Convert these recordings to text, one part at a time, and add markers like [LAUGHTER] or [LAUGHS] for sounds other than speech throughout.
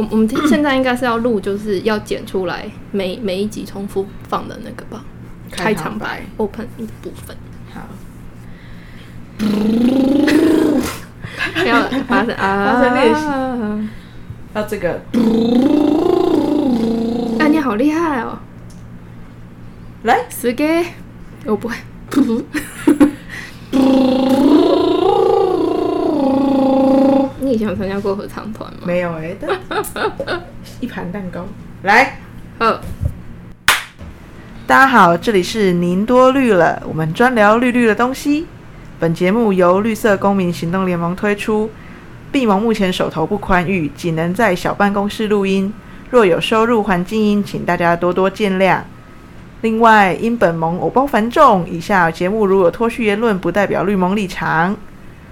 我我们听现在应该是要录，就是要剪出来每每一集重复放的那个吧，开场白 open 的部分，好，还 [LAUGHS] 要发生啊，发声练那这个哎、你好厉害哦！来，十个，我不会。 [LAUGHS] 你以前有参加过合唱团吗？没有哎、但一盘蛋糕，来。呃，大家好，这里是您多虑了，我们专聊绿绿的东西。本节目由绿色公民行动联盟推出。毕蒙目前手头不宽裕，仅能在小办公室录音。若有收入环境音，请大家多多见谅。另外，因本盟偶包繁重，以下节目如有脱序言论，不代表绿盟立场。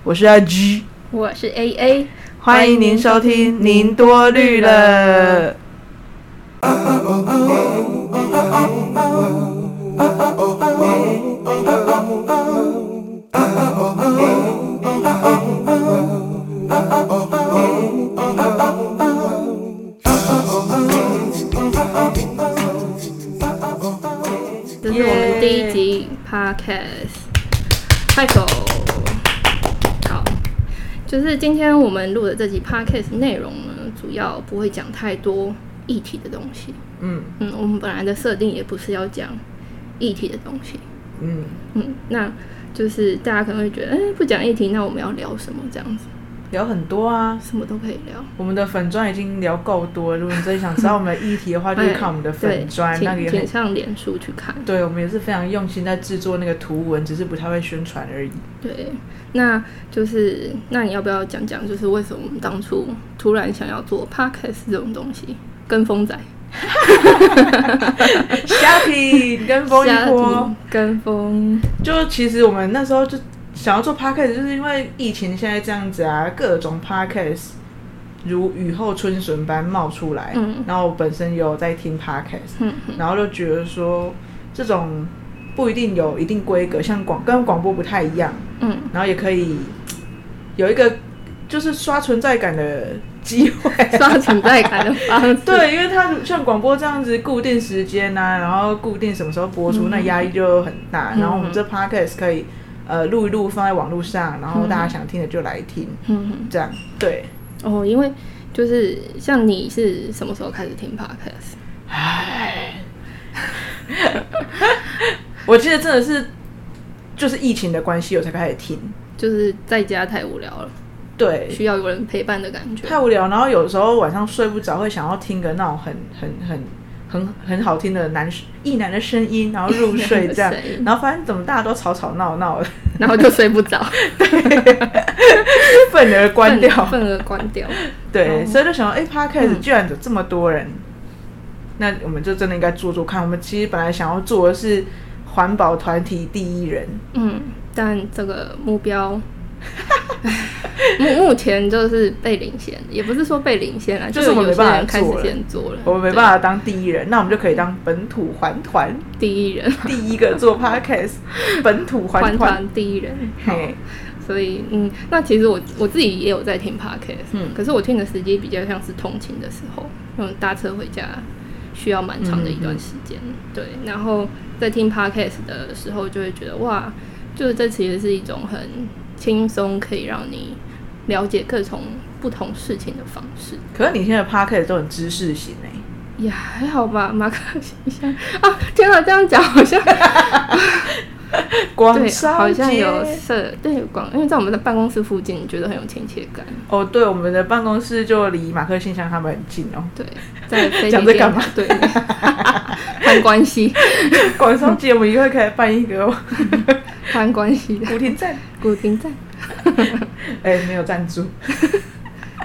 我是阿 G，我是 A A，欢迎您收听。您多虑了。这是我们第一集 podcast，快手。好，就是今天我们录的这集 podcast 内容呢，主要不会讲太多议题的东西。嗯嗯，我们本来的设定也不是要讲议题的东西。嗯，嗯，那就是大家可能会觉得，哎、不讲议题，那我们要聊什么？这样子，聊很多啊。什么都可以聊。我们的粉砖已经聊够多，如果你真的想知道我们的议题的话，就哎是看我们的对粉砖，那个请也请很。上脸书去看。对，我们也是非常用心在制作那个图文，只是不太会宣传而已。对，那就是那你要不要讲讲，就是为什么我们当初突然想要做 podcast 这种东西，跟风仔，虾皮跟风一瞎波子，跟风，就其实我们那时候就想要做 podcast，就是因为疫情现在这样子啊，各种 podcast 如雨后春笋般冒出来。嗯然后我本身也有在听 podcast，嗯然后就觉得说这种不一定有一定规格，像广跟广播不太一样。嗯，然后也可以有一个就是刷存在感的机会。刷存在感的方 [LAUGHS] 式。 [LAUGHS] 对，因为它像广播这样子固定时间呐、然后固定什么时候播出，那压力就很大。嗯然后我们这 podcast 可以呃录一录，放在网络上，然后大家想听的就来听，嗯，这样对。哦，因为就是像你是什么时候开始听 podcast？唉，我记得真的是就是疫情的关系，我才开始听。就是在家太无聊了，对，需要有人陪伴的感觉。太无聊，然后有时候晚上睡不着，会想要听个那种很很很很很好听的男一男的声音，然后入睡这样异男的 [LAUGHS] 声音，然后发现怎么大家都吵吵闹闹的，然后就睡不着，愤而 [LAUGHS] 关 [LAUGHS] 掉。份额关掉。对，哦所以就想到，哎、p o d c a s t 居然有这么多人，那我们就真的应该做做看。我们其实本来想要做的是环保团体第一人，嗯，但这个目 [LAUGHS] 标目目前就是被领先，也不是说被领先了，就是是我们有没些办人法开始做了先做了，我们没办法当第一人，那我们就可以当本土环团对第一人，第一个 [LAUGHS] 做 podcast，本土环团团。团第一人。好嘿，所以嗯，那其实我我自己也有在听 podcast，嗯可是我听的时机比较像是通勤的时候，嗯，搭车回家需要蛮长的一段时间，嗯对，然后在听 podcast 的时候就会觉得哇，就是这其实是一种很轻松可以让你了解各种不同事情的方式。可是你现在 podcast 都很知识型哎、也还好吧，马克信箱啊！天啊，这样讲好 [LAUGHS] 像广对，烧好像哦街有社对广，因为在我们的办公室附近，觉得很有亲切感。哦，对，我们的办公室就离马克信箱他们很近 [LAUGHS] 哦。对，在飞讲机这电干嘛台对 [LAUGHS] 面攀关系，广烧节我们以后可以办一个 [LAUGHS] 哦攀关系的古亭站，古亭站，哎，没有赞助，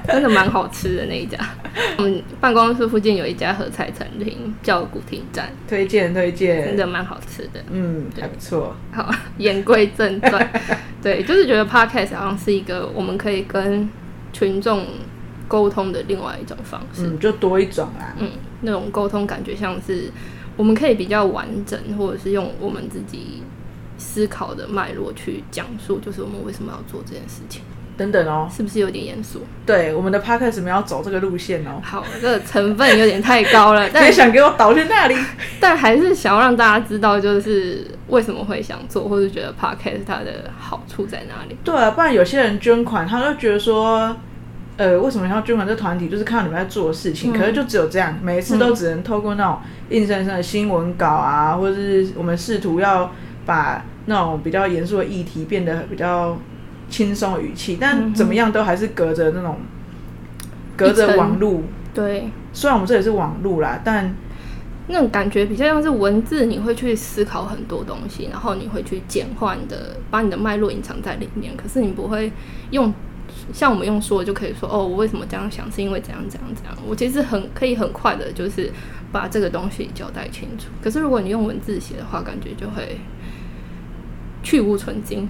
真的蛮好吃的那一家。我们办公室附近有一家合菜餐厅，叫古亭站，推荐推真荐，的蛮好吃的。嗯，还不错，好，言归正传，对，就是觉得 podcast 好像是一个我们可以跟群众沟通的另外一种方式。嗯，就多一种啦。嗯，那种沟通感觉像是我们可以比较完整，或者是用我们自己思考的脉络去讲述，就是我们为什么要做这件事情。等等哦。是不是有点严肃？对，我们的 podcast 我们要走这个路线哦。好，这个成分有点太高了，但别想给我倒去那里。但还是想要让大家知道，就是为什么会想做，或是觉得 podcast 它的好处在哪里。对啊，不然有些人捐款，他就觉得说，呃，为什么要捐款这团体？就是看到你们在做的事情，嗯可是就只有这样，每一次都嗯只能透过那种硬生生的新闻稿啊，或者是我们试图要把那种比较严肃的议题变得比较轻松的语气，嗯但哼怎么样都还是隔着那种隔一着层网路。对，虽然我们这里是网路啦，但那种感觉比较像是文字，你会去思考很多东西，然后你会去简化你的，把你的脉络隐藏在里面。可是你不会用，像我们用说就可以说哦，我为什么这样想，是因为怎样怎样怎样。我其实很可以很快的，就是把这个东西交代清楚。可是如果你用文字写的话，感觉就会去无存精。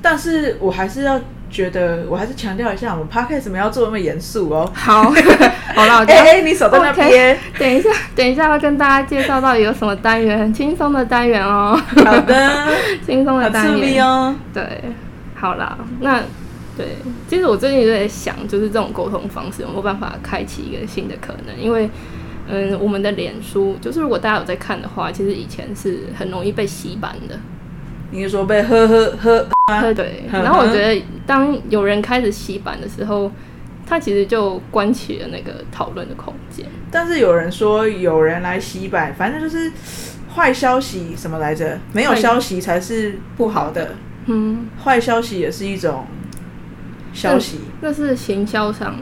但是我还是要觉得，我还是强调一下，我们 podcast 没有要做那么严肃哦。好，好了，我哎觉哎、得你手在那 OK 边。等一下，等一下要跟大家介绍到底有什么单元，很轻松的单元哦，好 [LAUGHS] 的，轻松的好单刺元激。哦。对，好啦，那对，其实我最近就在想，就是这种沟通方式有没有办法开启一个新的可能？因为，嗯，我们的脸书，就是如果大家有在看的话，其实以前是很容易被洗版的。你是说被呵呵呵？对，嗯哼然后我觉得当有人开始洗版的时候，他其实就关起了那个讨论的空间。但是有人说有人来洗版，反正就是坏消息什么来着？没有坏消息才是不好的，嗯，坏消息也是一种消息。那是行销上，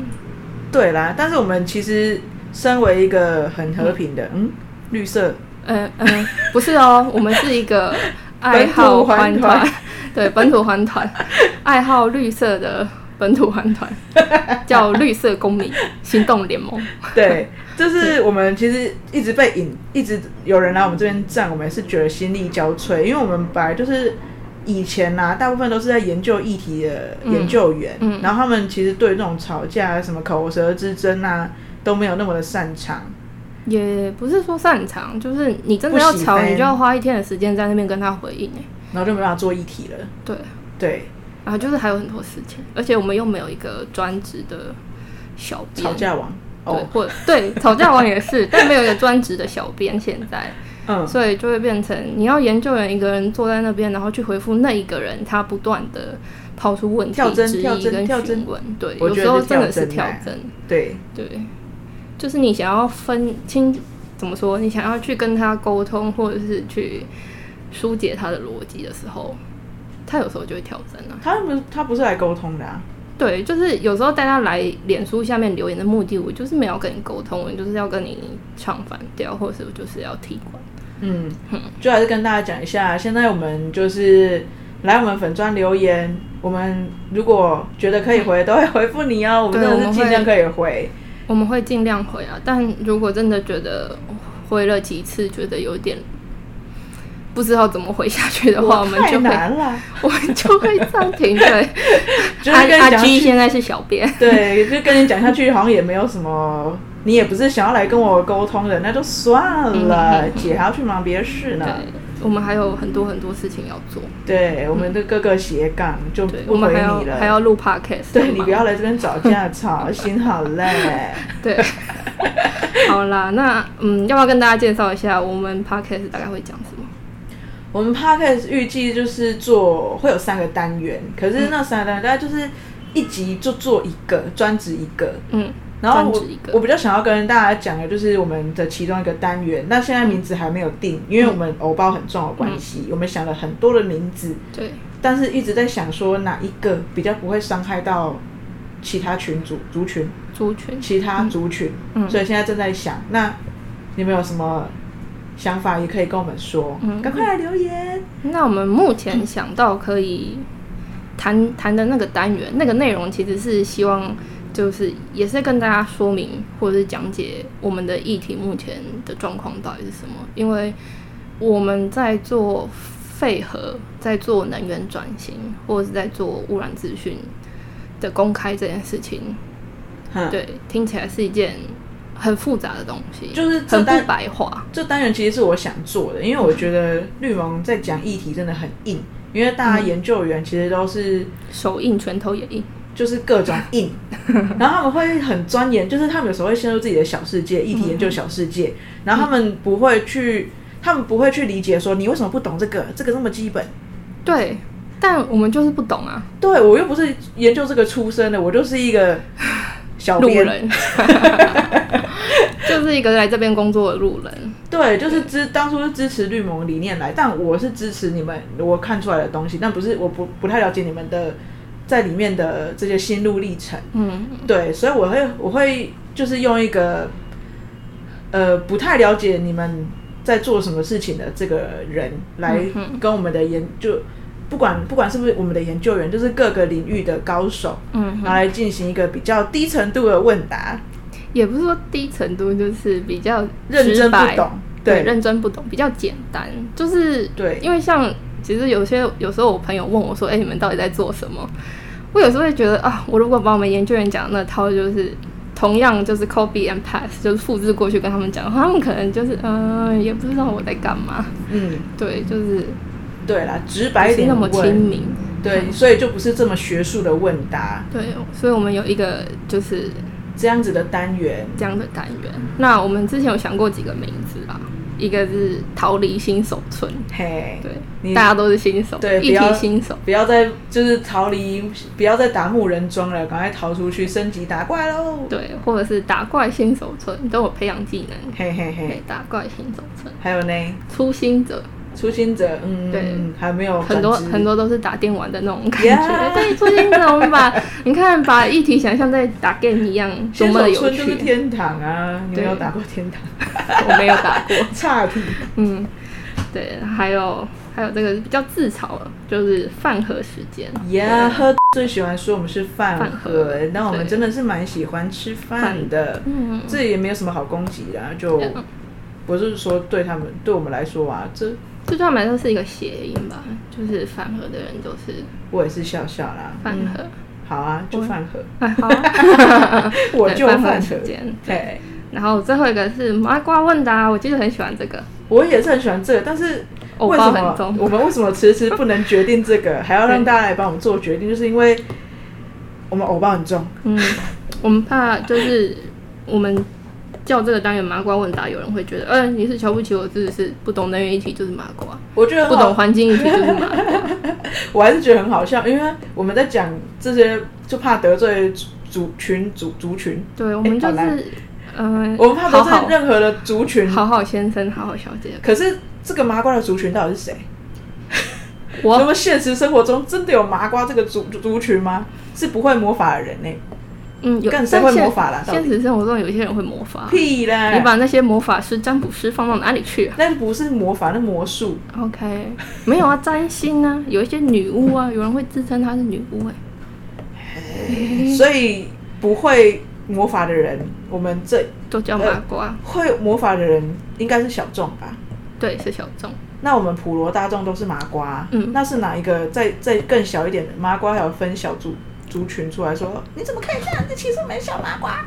对啦，但是我们其实身为一个很和平的，嗯，绿色嗯嗯，不是 [LAUGHS] 哦，我们是一个爱本土好环环团团， [LAUGHS] 对，本土环团，爱好绿色的本土环 [LAUGHS] 团，叫绿色公民行动联盟。 [LAUGHS] 对，就是我们其实一直被引，一直有人来我们这边站，我们也是觉得心力交瘁，因为我们本来就是以前呐、大部分都是在研究议题的研究员，嗯嗯然后他们其实对这种吵架、什么口舌之争啊，都没有那么的擅长。也不是说擅长，就是你真的要不喜吵，欢你就要花一天的时间在那边跟他回应、欸。然后就没办法做议题了，对，对，然后就是还有很多事情，而且我们又没有一个专职的小编吵，架王对哦，，或对吵架王也是，但没有一个专职的小编现在。嗯，所以就会变成你要研究员一个人坐在那边，然后去回复那一个人，他不断的抛出问题跳、针质跳疑针跟跳针询问。对，我有觉得时候真的是是跳跳针。对，对，就是你想要分清怎么说，你想要去跟他沟通，或者是去疏解他的逻辑的时候，他有时候就会跳针啊。他不他不是来沟通的啊，对，就是有时候大家来脸书下面留言的目的，我就是没有跟你沟通，我就是要跟你唱反调，或者是我就是要踢馆。嗯，就还是跟大家讲一下，现在我们就是来我们粉砖留言，我们如果觉得可以回，都会回复你哦。我们对真的我是们尽会量可以回。我们会尽量回啊，但如果真的觉得回了几次觉得有点不知道怎么回下去的话，我们太就会难了， [LAUGHS] [LAUGHS] 我们就会暂停。对，就是阿跟你阿讲基去，现在是小编，对，就跟你讲下去，好像也没有什么，你也不是想要来跟我沟通的，那就算嗯了，姐还要去忙别的事对呢。，我们还有很多很多事情要做，对，我们的各个斜杠就对，不我回们还要你了。还要录 podcast，对很你忙不要来这边找架吵， [LAUGHS] 心好累。对。 [LAUGHS] 好啦，那嗯，要不要跟大家介绍一下我们 podcast 大概会讲什么？我们 podcast 预计就是做会有三个单元，可嗯是那三个单元大概就是一集就做一个，专职一个。嗯，然后专我职一个我比较想要跟大家讲的就是我们的其中一个单元，那现在名字还没有定，嗯因为我们偶包很重的关系，我们想了很多的名字，对，但是一直在想说哪一个比较不会伤害到其他群族族群，族群，其他族群，嗯所以现在正在想，那你们有什么想法也可以跟我们说，嗯赶快来留言。那我们目前想到可以谈谈的那个单元，那个内容其实是希望就是也是跟大家说明或者是讲解我们的议题目前的状况到底是什么，因为我们在做废核，在做能源转型，或者是在做污染资讯的公开这件事情，嗯对，听起来是一件很复杂的东西，就是这很不单白话，这单元其实是我想做的，因为我觉得绿盟在讲议题真的很硬，因为大家研究员其实都是嗯手印、拳头也印，就是各种 [LAUGHS] 硬，然后他们会很钻研，就是他们有时候会陷入自己的小世界，议题研究小世嗯界，然后他们不会去，他们不会去理解说你为什么不懂这嗯个，这个这么基本。对，但我们就是不懂啊，对我又不是研究这个出身的，我就是一个小路编，人， [LAUGHS] 就是一个来这边工作的路人。对，就是支当初是支持绿盟理念来，但我是支持你们我看出来的东西，但不是我不不太了解你们的在里面的这些心路历程。嗯，对，所以我会我会就是用一个呃不太了解你们在做什么事情的这个人来嗯哼跟我们的研究，不管不管是不是我们的研究员，就是各个领域的高手，嗯然后来进行一个比较低程度的问答，也不是说低程度，就是比较认直真不白懂，对，对认真不懂，比较简单，就是对因为像其实有些有时候我朋友问我说：“哎、你们到底在做什么？”我有时候会觉得啊，我如果把我们研究员讲的那套就是。同样就是 copy and pass，就是复制过去跟他们讲，他们可能就是嗯、呃也不知道我在干嘛，嗯，对，就是对啦，直不白一是点那问，么亲民，对，所以就不是这么学术的问答对，所以我们有一个就是这样子的单元，这样的单元。那我们之前有想过几个名字啊，一个是逃离新手村，嘿，对，哎你大家都是新手，对一不要批新手，不要再就是逃离，不要再打木人桩了，赶快逃出去升级打怪喽！对，或者是打怪新手村，都有培养技能，嘿嘿嘿对，，打怪新手村，还有呢，初心者，初心者，嗯，对嗯，还没有很多转职很，多都是打电玩的那种感觉。[LAUGHS] Yeah 对，初心者，我们把你看把议题想象在打 game 一样，多新么的手有村就是趣。天堂啊！你没对有打过天堂， [LAUGHS] 我没有打过，差题。嗯，对，还有还有这个比较自嘲了，就是饭盒时间。呀，喝最喜欢说我们是饭饭盒盒，那我们对真的是蛮喜欢吃饭的，嗯，这也没有什么好攻击的啊，就嗯不是说对他们对我们来说啊，这这对他们来说是一个谐音吧，就是饭盒的人都是我也是笑笑啦。饭盒。好啊，就饭盒，，哎好 [LAUGHS] 啊我就对饭饭盒盒时间。对，对。然后最后一个是麻瓜问答，我记得很喜欢这个，我也是很喜欢这个，但是偶为包什很么重我们为什么迟迟不能决定这 [LAUGHS] 个，还要让大家来帮我们做决定？就是因为我们偶包很重，嗯，我们怕就是我们叫这个单元麻瓜问答，有人会觉得，嗯、你是瞧不起我，是不是不懂能源议题就是麻瓜，我觉得很不好懂，环境议题就是麻瓜，我还是觉得很好笑，因为我们在讲这些就怕得罪族群族族群，对，我们就哎好啦是，嗯、我们怕得好罪好任何的族群。好好先生，好好小姐，可是这个麻瓜的族群到底是谁？那我么现实生活中真的有麻瓜这个族族群吗？是不会魔法的人呢、嗯有，干谁但会现魔法啦到底现实生活中有些人会魔法，屁哎啦！你把那些魔法师、占卜师放到哪里去啊那不是魔法，那魔术。 ？OK，没有啊，占星啊， [LAUGHS] 有一些女巫啊，有人会自称她是女巫哎、所以不会魔法的人，我们这都叫麻瓜，会魔法的人应该是小众吧？对，是小众。那我们普罗大众都是麻瓜，嗯那是哪一个？再再更小一点的麻瓜，还有分小族族群出来说，哦你怎么可以这样？这其实我们是小麻瓜，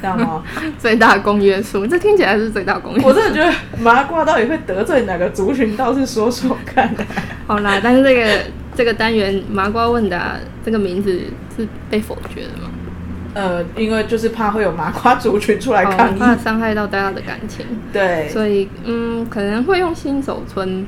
知道吗？最大公约数，这听起来是最大公约我数。真的觉得麻瓜到底会得罪哪个族群，倒是说说看、 [LAUGHS] 好啦，但是这个这个单元麻瓜问答这个名字是被否决的吗？呃，因为就是怕会有麻瓜族群出来哦抗，议，怕伤害到大家的感情，对所以嗯，可能会用新手村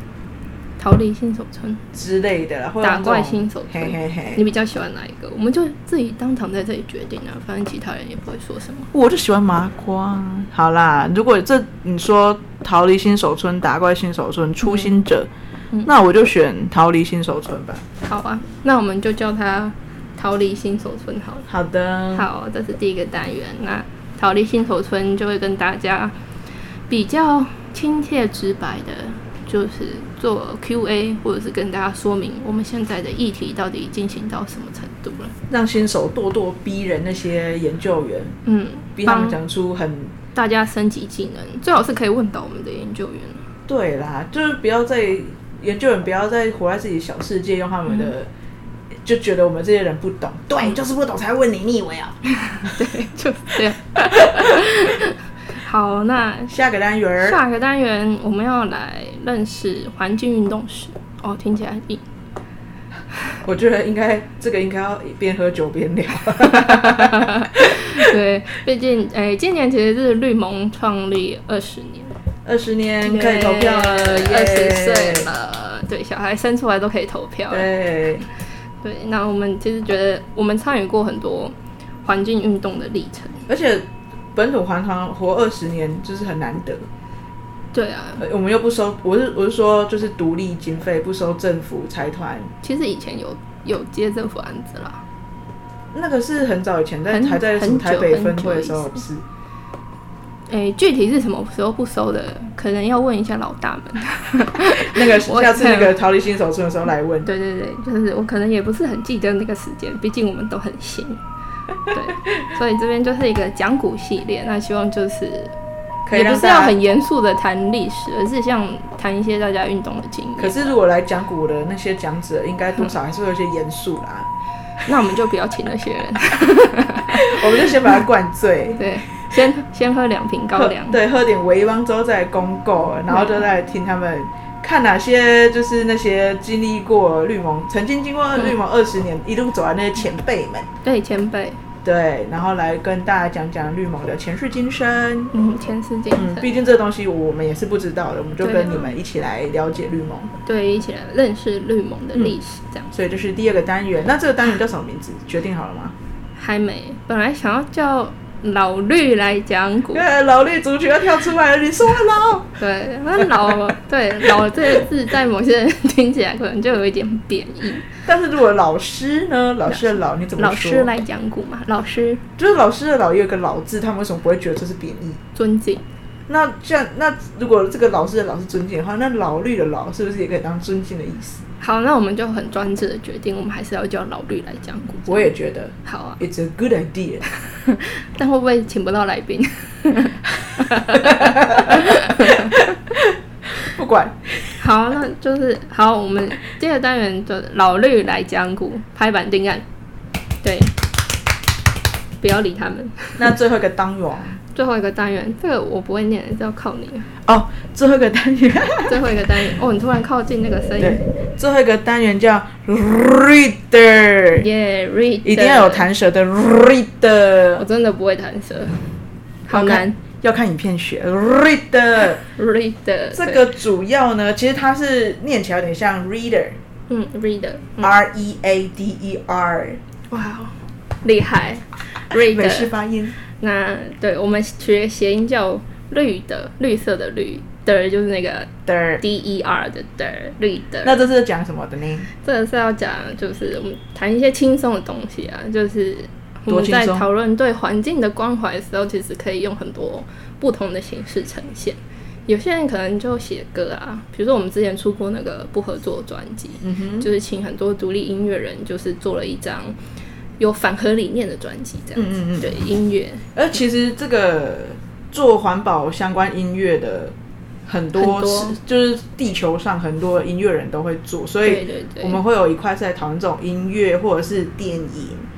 逃离新手村。之类的啦，会有打那怪种新手嘿村嘿嘿，你比较喜欢哪一个？我们就自己当场在这里决定啊，反正其他人也不会说什么。我就喜欢麻瓜。好啦，如果这你说逃离新手村、打怪新手村、初心者，嗯那我就选逃离新手村吧。好啊，那我们就叫它逃离新手村好了。好的，好，这是第一个单元。那逃离新手村就会跟大家比较亲切直白的，就是做 Q&A，或者是跟大家说明我们现在的议题到底进行到什么程度了。让新手咄咄逼人那些研究员，嗯，逼他们帮讲出很大家升级技能，最好是可以问到我们的研究员。 [LAUGHS] 对啦，就是不要再研究员不要再活在自己小世界，用他们的、嗯就觉得我们这些人不懂，对，就是不懂才问你，你以为啊？对，就是这样。 [LAUGHS] 好，那下个单元儿下个 [LAUGHS] 单元我们要来认识环境运动史。哦，听起来很硬。我觉得应该这个应该要一边喝酒边聊。对，毕竟哎、今年其实是绿盟创立二十年，二十嗯年可以投票了，二十岁耶。了，对，小孩生出来都可以投票了。对，对，那我们其实觉得我们参与过很多环境运动的历程。而且本土环团活二十年就是很难得，对啊，呃我们又不收，我是我是说就是独立经费，不收政府财团，其实以前有有接政府案子啦，那个是很早以前，但很还在什么很久台北很分会的久以时候不是。哎、具体是什么时候不收的，可能要问一下老大们。那个我下次那个逃离新手村的时候来问。对对对，就是我可能也不是很记得那个时间，毕竟我们都很新。对，所以这边就是一个讲古系列，那希望就是可以也让不是大要家很严肃的谈历史，而是像谈一些大家运动的经可验。是如果来讲古的那些讲者，应该多少还是会有一些严肃啦。那我们就不要请那些人，我们就先把它灌醉，对，先先喝两瓶高喝粱。嗯 [LAUGHS] 对，喝点维邦之后再来公购，然后就再来听他们看哪些就是那些经历过绿盟，曾经嗯经过绿盟二十年、一路走来那些前辈们，对，前辈，对，然后来跟大家讲讲绿盟的前世今生。嗯，前世今生，，嗯毕竟这东西我们也是不知道的，我们就对啊跟你们一起来了解绿盟，对，一起来认识绿盟的历史，这样、所以这是第二个单元。那这个单元叫什么名字？ [LAUGHS] 决定好了吗？还没，本来想要叫老绿来讲古，呃，老绿族群要跳出来了，你是我老。对， [LAUGHS] 那老对老这个字在某些人 [LAUGHS] 听起来可能就有一点贬义。但是如果老师呢？老师的老你怎么说？老师来讲古嘛，老师就是老师的老也有个老字，他们为什么不会觉得这是贬义？尊敬，那这样，那如果这个老师的老是尊敬的话，那老绿的老是不是也可以当尊敬的意思？好，那我们就很专制的决定，我们还是要叫老绿来讲古。我也觉得好啊， it's a good idea。 [LAUGHS] 但会不会请不到来宾？ [LAUGHS] 不管好，那就是好，我们这个单元就老绿来讲古拍板定案，对，不要理他们。那最后一个当王最后一个单元，这个我不会念，这要靠你了。哦， [LAUGHS] 最后一个单元，最后一个单元，哦，你突然靠近那个声对音，， [LAUGHS] 最后一个单元叫 reader，耶、r e a d 一定要有。弹舌的 reader 我。真的不会弹舌，好难。要看影片学 [LAUGHS] reader。 reader 这个主要呢，其实它是念起来有点像 reader、嗯 reader， r e a d e r 哇、哦，厉害 [LAUGHS] 美式 reader。发音。那对我们学谐音叫绿的，绿色的绿的就是那个的。 D E R 的的绿的。那这是讲什么的呢？这个是要讲，就是我们谈一些轻松的东西啊，就是我多们轻在松讨论对环境的关怀的时候，其实可以用很多不同的形式呈现。有些人可能就写歌啊，比如说我们之前出过那个不合作专辑，嗯哼，就是请很多独立音乐人，就是做了一张有反核理念的专辑，这样子。嗯嗯嗯对音乐而其实这个做环保相关音乐的很多很多是，就是地球上很多音乐人都会做，所对以对对，我们会有一块是在讨论这种音乐，或者是电影，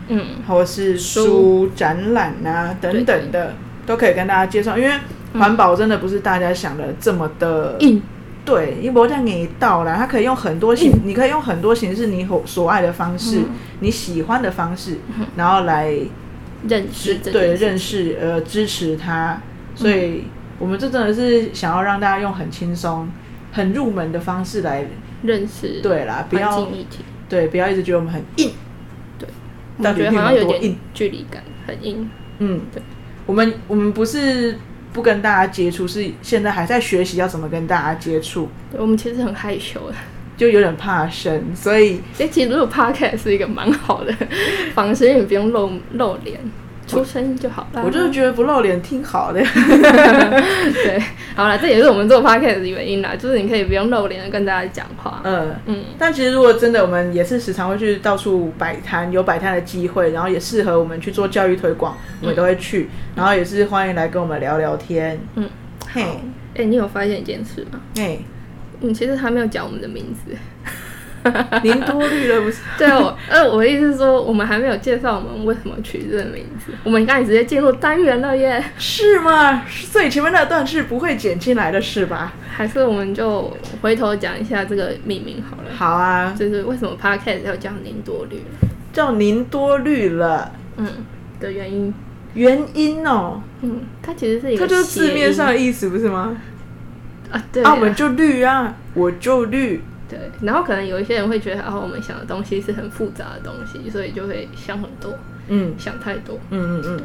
嗯或是书展览啊等等的，都可以跟大家介绍。因为环保真的不是大家想的这么的，硬对，因为我讲你到啦，它可以用很多形，你可以用很多形式，你所爱的方嗯式，你喜欢的方式，然后来认支识这件对事嗯认识呃支持它。所以我们这真的是想要让大家用很轻松、很入门的方式来认识对啦，不环要境议题，对不要一直觉得我们很硬，我到觉底得好像有有多硬点距离感，很硬。嗯，对，我们我们不是不跟大家接触，是现在还在学习要怎么跟大家接触，对我们其实很害羞的，就有点怕生，所以所以其实录 podcast 是一个蛮好的方式，因为你不用露露脸，出声音就好啦。我就是觉得不露脸挺好的。 [LAUGHS] 对，好啦，这也是我们做 podcast 的原因啦，就是你可以不用露脸的跟大家讲话。嗯，嗯，但其实如果真的，我们也是时常会去到处摆摊，有摆摊的机会，然后也适合我们去做教育推广，我们都会去，然后也是欢迎来跟我们聊聊天。嗯，嘿， [LAUGHS] 哎、你有发现一件事吗？嘿， [LAUGHS] 你其实还没有讲我们的名字，您多虑了不是？对，我 [LAUGHS] 呃，我的意思是说，我们还没有介绍我们为什么取这个名字，我们刚才直接进入单元了耶，是吗？所以前面那段是不会剪进来的，是吧？还是我们就回头讲一下这个命名好了，好啊，就是为什么 podcast 要叫您多虑了，叫您多虑了，嗯的原因，原因哦，嗯，它其实是一个它就是字谐面音上的意思，不是吗？啊，对啊，我们就绿啊，我就绿，对，然后可能有一些人会觉得，哦，我们想的东西是很复杂的东西，所以就会想很多，嗯想太多。嗯嗯嗯。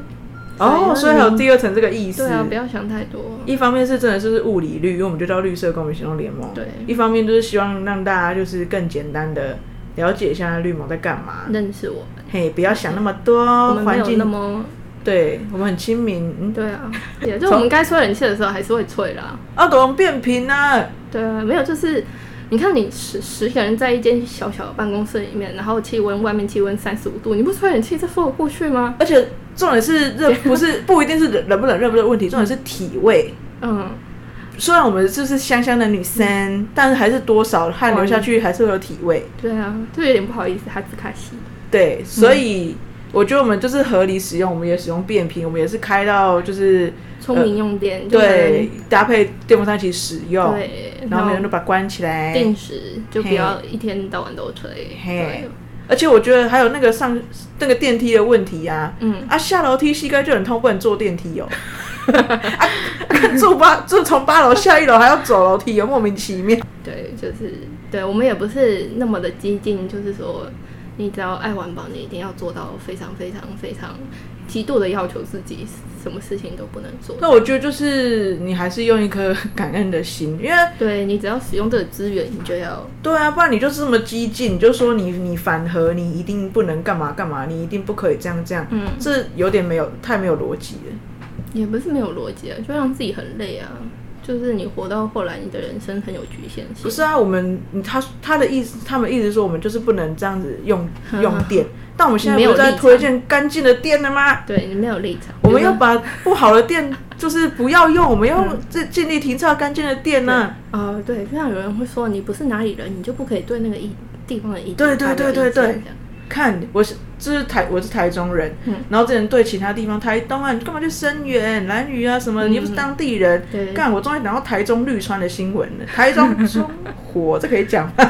哦，所所以以还那有您第二层这个意思。对啊，不要想太多。一方面是真的就是物理绿，因为我们就叫绿色公民行动联盟。对一方面就是希望让大家就是更简单的了解一下绿盟在干嘛。认识我们，嘿，不要想那么多嗯我，们没哦环有境那么对我们很亲民。嗯，对啊， [LAUGHS] 也就我们该吹冷气的时候还是会吹啦。啊，狗们变频啊，对啊，没有就是。你看，你十十个人在一间小小的办公室里面，然后气温外面气温三十五度，你不吹冷气，这说得过去吗？而且重点是热，不是 [LAUGHS] 不一定是冷不冷热不热的问题，重点是体味。嗯，虽然我们就是香香的女生，但是还是多少汗流下去还是会有体味。对啊，就有点不好意思，哈兹卡西。对，所以我觉得我们就是合理使用，我们也使用变频，我们也是开到就是聪明用电，就可呃对能，搭配电风扇一起使用，对，然后每人都把它关起来。定时就不嘿要一天到晚都吹。嘿对，而且我觉得还有那个上那个电梯的问题呀、啊，嗯，下楼梯膝盖就很痛，不能坐电梯哦。 [LAUGHS] 啊，住八住从八楼下一楼还要走楼梯，有莫名其妙。对，就是对我们也不是那么的激进，就是说你只要爱环保，你一定要做到非常非常非常极度的要求自己，什么事情都不能做。那我觉得就是你还是用一颗感恩的心，因为对你只要使用这个资源，你就要对啊，不然你就是这么激进，你就说你你反核，你一定不能干嘛干嘛，你一定不可以这样这样，嗯，这有点没有太没有逻辑了。也不是没有逻辑啊，就让自己很累啊。就是你活到后来，你的人生很有局限性。不是啊，我们嗯他他的意思，他们一直说我们就是不能这样子用用电，但我们现在没不有是在立场推荐干净的电了吗？对你没有立场，我们就是要把不好的电就是不要用，我们要这嗯尽力停车干净的电呢、啊、对，就像有人会说，你不是哪里人，你就不可以对那个一地方的一对对对对对这样看，我是这是台我是台中人，嗯然后之前对其他地方台东啊，你干嘛去声援蓝屿啊什么的？嗯你又不是当地人。对，干，我终于讲到台中绿川的新闻了。台中中火， [LAUGHS] 这可以讲吗？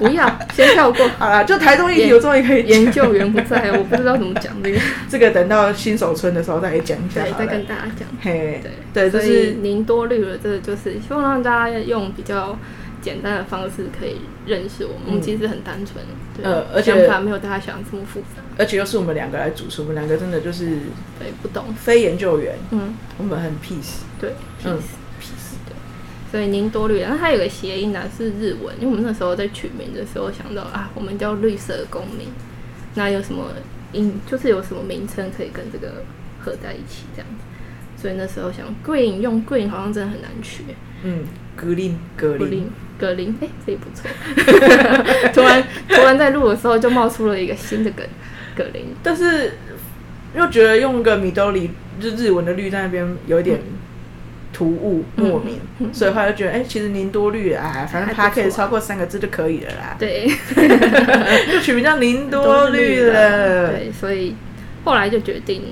不要先跳 [LAUGHS] 过。好啦，就台中议题，研我终于可以研讲。究员不在，我不知道怎么讲 [LAUGHS] 这个，这个等到新手村的时候再来讲一下对，好再了。跟大家讲。嘿，对，对，就所以是您多虑了，这个就是希望让大家用比较简单的方式可以认识我们。我们其实很单纯，对，嗯呃而且想法没有大家想的这么复杂，而且又是我们两个来主持，我们两个真的就是对，不懂，非研究员，嗯，我们很 peace。对嗯，peace，peace，对。所以您多虑了，然后它有个谐音呢、啊是日文，因为我们那时候在取名的时候想到啊，我们叫绿色公民，那有什么音，就是有什么名称可以跟这个合在一起这样子。所以那时候想 green 用 green 好像真的很难取，嗯，格林格格林林，格林，哎、这也不错。 [LAUGHS] 突然突然在录的时候就冒出了一个新的梗，格林。但是又觉得用个米兜里就日文的绿在那边有一点嗯突兀莫名，所以后来就觉得，哎、其实您多虑了啊，反正还 p 不 k 错 a 啊超过三个字就可以了啦， [LAUGHS] 对，就取名叫您多虑了。对，所以后来就决定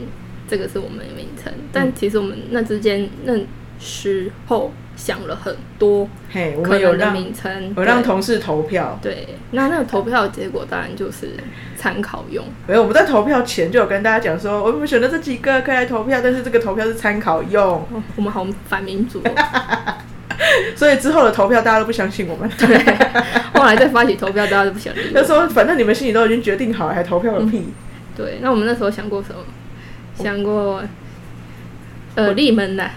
这个是我们的名称，嗯但其实我们那之间那时候想了很多嘿，我可们有能的让名称，有对让同事投票，对，那那个投票的结果当然就是参考用，没有，我们在投票前就有跟大家讲说，我们选的这几个可以来投票，但是这个投票是参考用，哦我们好反民主、 [LAUGHS] 哦。所以之后的投票大家都不相信 [LAUGHS] 我们。对，后来再发起投票，大家都不想理我那时候反正你们心里都已经决定好了，还投票个屁！对，那我们那时候想过什么？想过，呃，立门呐，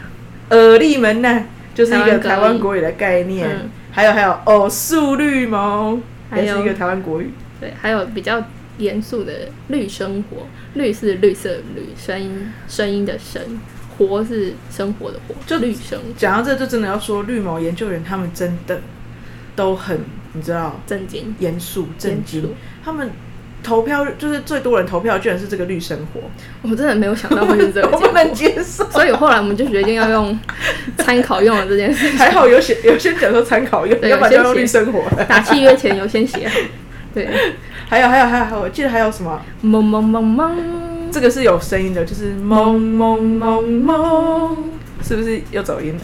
耳力门呢，就是一个台台湾湾国语国语的概念，嗯还有还有偶数绿盟，还也有是一个台湾国语。对，还有比较严肃的绿生活，绿是绿色的绿，声音声音的声，活是生活的活，就绿生讲到这，就真的要说绿盟研究员他们真的都很，你知道，正经严肃正严经肃。他们投票就是最多人投票，居然是这个绿生 [LAUGHS] 活，我真的没有想到会是这个 [LAUGHS] 我结不能果，接受。所以后来我们就决定要用参考用的这件事情。还好有写有先讲说参考用，对要不然就有先用写绿生活。打契约前有先写好，对，还有还有还有还有，我记得还有什么？萌萌萌萌，这个是有声音的，就是嗯蒙蒙蒙蒙，是不是又走音了？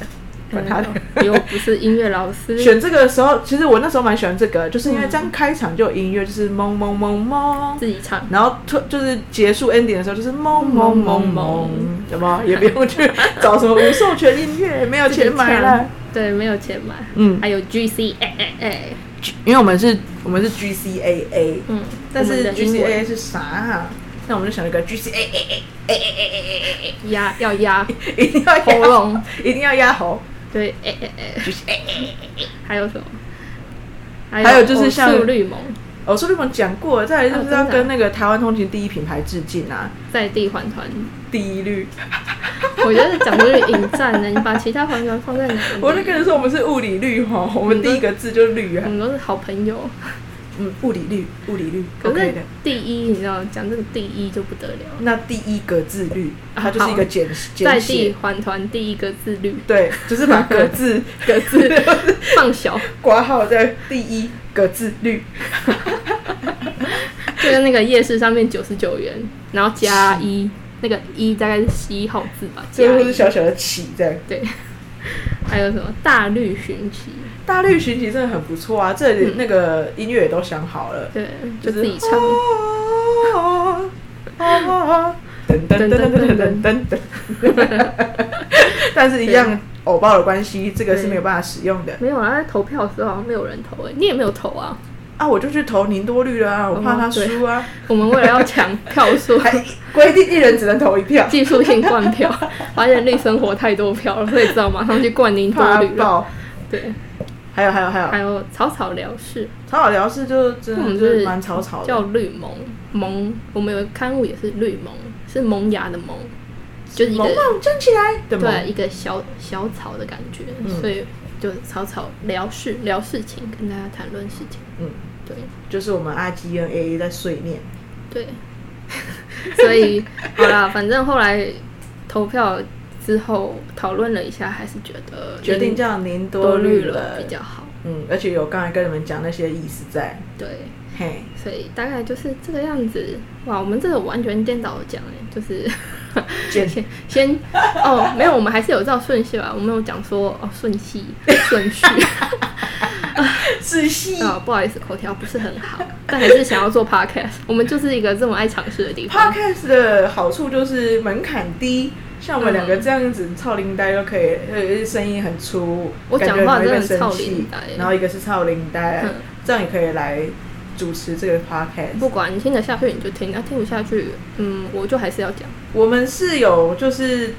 管他的。嗯又不是音乐老师， [LAUGHS] 选这个的时候，其实我那时候蛮喜欢这个，就是因为这样开场就有音乐，就是蒙蒙蒙蒙，自己唱，然后突就是结束 ending 的时候就是蒙蒙蒙蒙，有没有？也不用去找什么无授权音乐，没有钱买了。对，没有钱买，嗯，还有 GC，哎哎哎，因为我们是，我们是 GCAA，嗯，但我们是的英文 GCAA 是啥、啊？那我们就想了一个 GCAA，压要压一定要压喉，咙，一定要压喉。对，哎哎哎，还有什么？哎还有就是偶像速绿萌我哦说你们讲过了，再来就啊是要真的啊跟那个台湾通勤第一品牌致敬啊，在地环团，第一律。我觉得讲的是引战呢，你把其他环团放在哪里？我就跟你说，我们是物理律哈，嗯我们第一个字就是律我啊，们都是好朋友，嗯，物理律，物理律可，OK 是的。第一，你知道讲这个第一就不得了，那第一个字律，啊它就是一个简在简地写，环团第一个自律，对，就是把 [LAUGHS] 个字个字 [LAUGHS] 放小，挂号在第一个字律，就跟那个夜市上面九十九元，然后加一，那个一大概是十一号字吧，加最后一是小小的起这样。对，还有什么大绿寻奇，大绿寻奇真的很不错啊，这里嗯那个音乐也都想好了，对，就就是自己唱，啊啊啊噔噔噔噔噔噔噔噔， [LAUGHS] 但是一样偶包的关系，这个是没有办法使用的。没有啊，在投票的时候好像没有人投诶、你也没有投啊，啊，我就去投宁多绿了啊，我怕他输啊，。我们为了要抢票数 [LAUGHS] 还规定一人只能投一票，技术性灌票，发现绿生活太多票了，所以只好马上去灌宁多怕绿了。爆。对，还有还有还有还，有草草了事，草草聊事就真我的们就是是蛮草草叫的，绿萌萌，我们有个刊物也是绿萌，是萌芽的萌，就是一萌个萌站起来，对吗？对啊一个小小草的感觉，嗯所以就草草聊事聊事情，跟大家谈论事情，嗯，对就是我们 I G N A A 在碎念，对， [LAUGHS] 所以好啦，反正后来投票之后讨论了一下，还是觉得决定宁叫宁多多绿绿了了比，较好，嗯，而且有刚才跟你们讲那些意思在，对。 [LAUGHS] 嘿，所以大概就是这个样子。哇，我们这个完全颠倒讲哎，就是 [LAUGHS] 简先先哦，没有，我们还是有照顺序吧。啊我们有讲说哦，顺序顺 [LAUGHS] 序仔细啊、不好意思，口条不是很好，但还是想要做 podcast。我们就是一个这么爱尝试的地方。 Podcast 的好处就是门槛低。像我们两个这样子操铃呆就可以，呃，声音很粗，我感讲觉话很容易被真的生很操气铃呆。然后一个是操铃呆嗯，这样也可以来主持这个 podcast。不管你听得下去你就听，那、听不下去，嗯，我就还是要讲我们是有，就是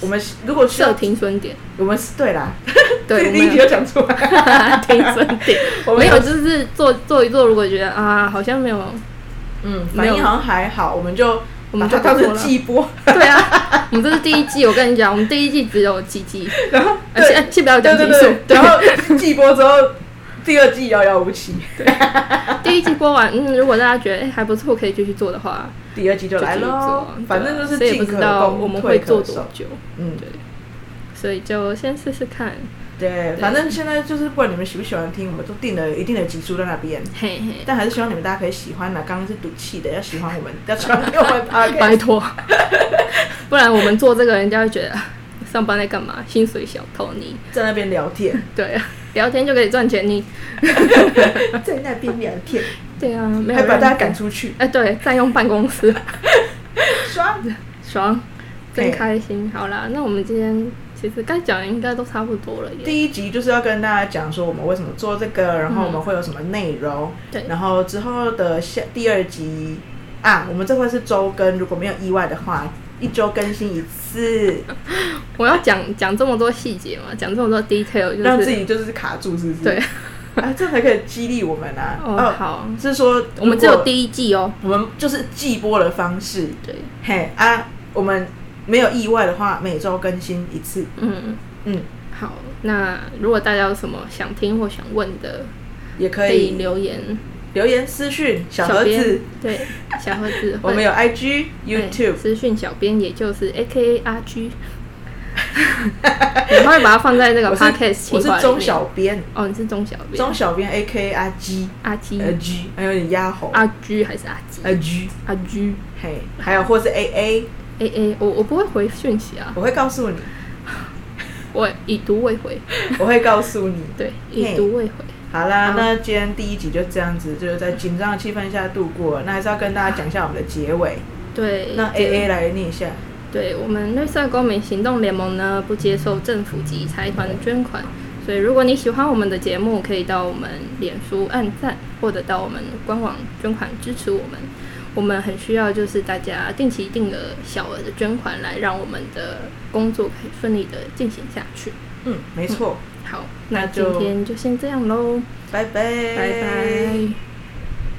我们如果需设要，停损点。我们是对啦， [LAUGHS] 对，我第一们集有就讲出来， [LAUGHS] 停损点， [LAUGHS] 我们没有，有，就是做做一做，如果觉得啊，好像没有嗯，没反有应好像还好，我们就我把们它就当不成做了季播，对啊，我们这是第一季，我跟你讲，我们第一季只有几集，[LAUGHS] 然后而对且先不要对讲集对数对，，然后季播之后，第二季遥遥无期，啊第一季播完，嗯，如果大家觉得哎还不错，可以继续做的话，第二季就就来继续喽做，反正就是对啊谁也进不知可道攻，我们退会可做多守。久，嗯，对，所以就先试试看，对，反正现在就是不管你们喜不喜欢听，我们都定了一定的集数在那边，嘿 [LAUGHS] 嘿，但还是希望你们大家可以喜欢啊啦。刚刚是赌气的，要喜欢我们，要喜欢我们拜 podcast。 [LAUGHS] 托，不然我们做这个，人家会觉得啊上班在干嘛，薪水小偷你，在那边聊天，对 [LAUGHS] 啊，聊天就可以赚钱你，在那边聊天，对啊，没有还把人大家赶出去，哎，对，占用办公室。爽！爽，嘿真开心。好啦，那我们今天其实该讲的应该都差不多了耶。第一集就是要跟大家讲说我们为什么做这个，然后我们会有什么内容，对然后之后的下第二集啊，我们这回是周更，如果没有意外的话，一周更新一次，我要讲讲这么多细节嘛，讲这么多 detail，让就自是己就是卡住，是不是？对，啊，这才可以激励我们啊！哦，好，是说我们只有一，第一季哦。我们就是季播的方式，对，嘿啊，我们没有意外的话，每周更新一次，嗯，嗯，好。那如果大家有什么想听或想问的，也可可以以留言。留言私讯小盒编子，对，小盒子 [LAUGHS] ，我们有有 IG、YouTube， [LAUGHS] 私讯小编，也就是 A K A R G。你会把它放在那个我是 podcast 企我划是里中面小编，哦，你是中小编，中小编 A K 阿鸡，阿基呃 G，还有点压喉，阿居还是阿基呃 G，阿居嘿，还有或是 A A， A A，我我不会回讯息啊，我会告诉你，我已读未回，我会告诉你。对，嘿已读未回。好啦好，那今天第一集就这样子，就是在紧张的气氛下度过。那还是要跟大家讲一下我们的结尾，对，让 A A 来念一下。对我们绿色公民行动联盟呢，不接受政府及财团的捐款，所以如果你喜欢我们的节目，可以到我们脸书按赞，或者到我们官网捐款支持我们。我们很需要就是大家定期定额小额的捐款，来让我们的工作可以顺利的进行下去。嗯，没错，好，那那今就天就先这样喽，拜拜，拜拜。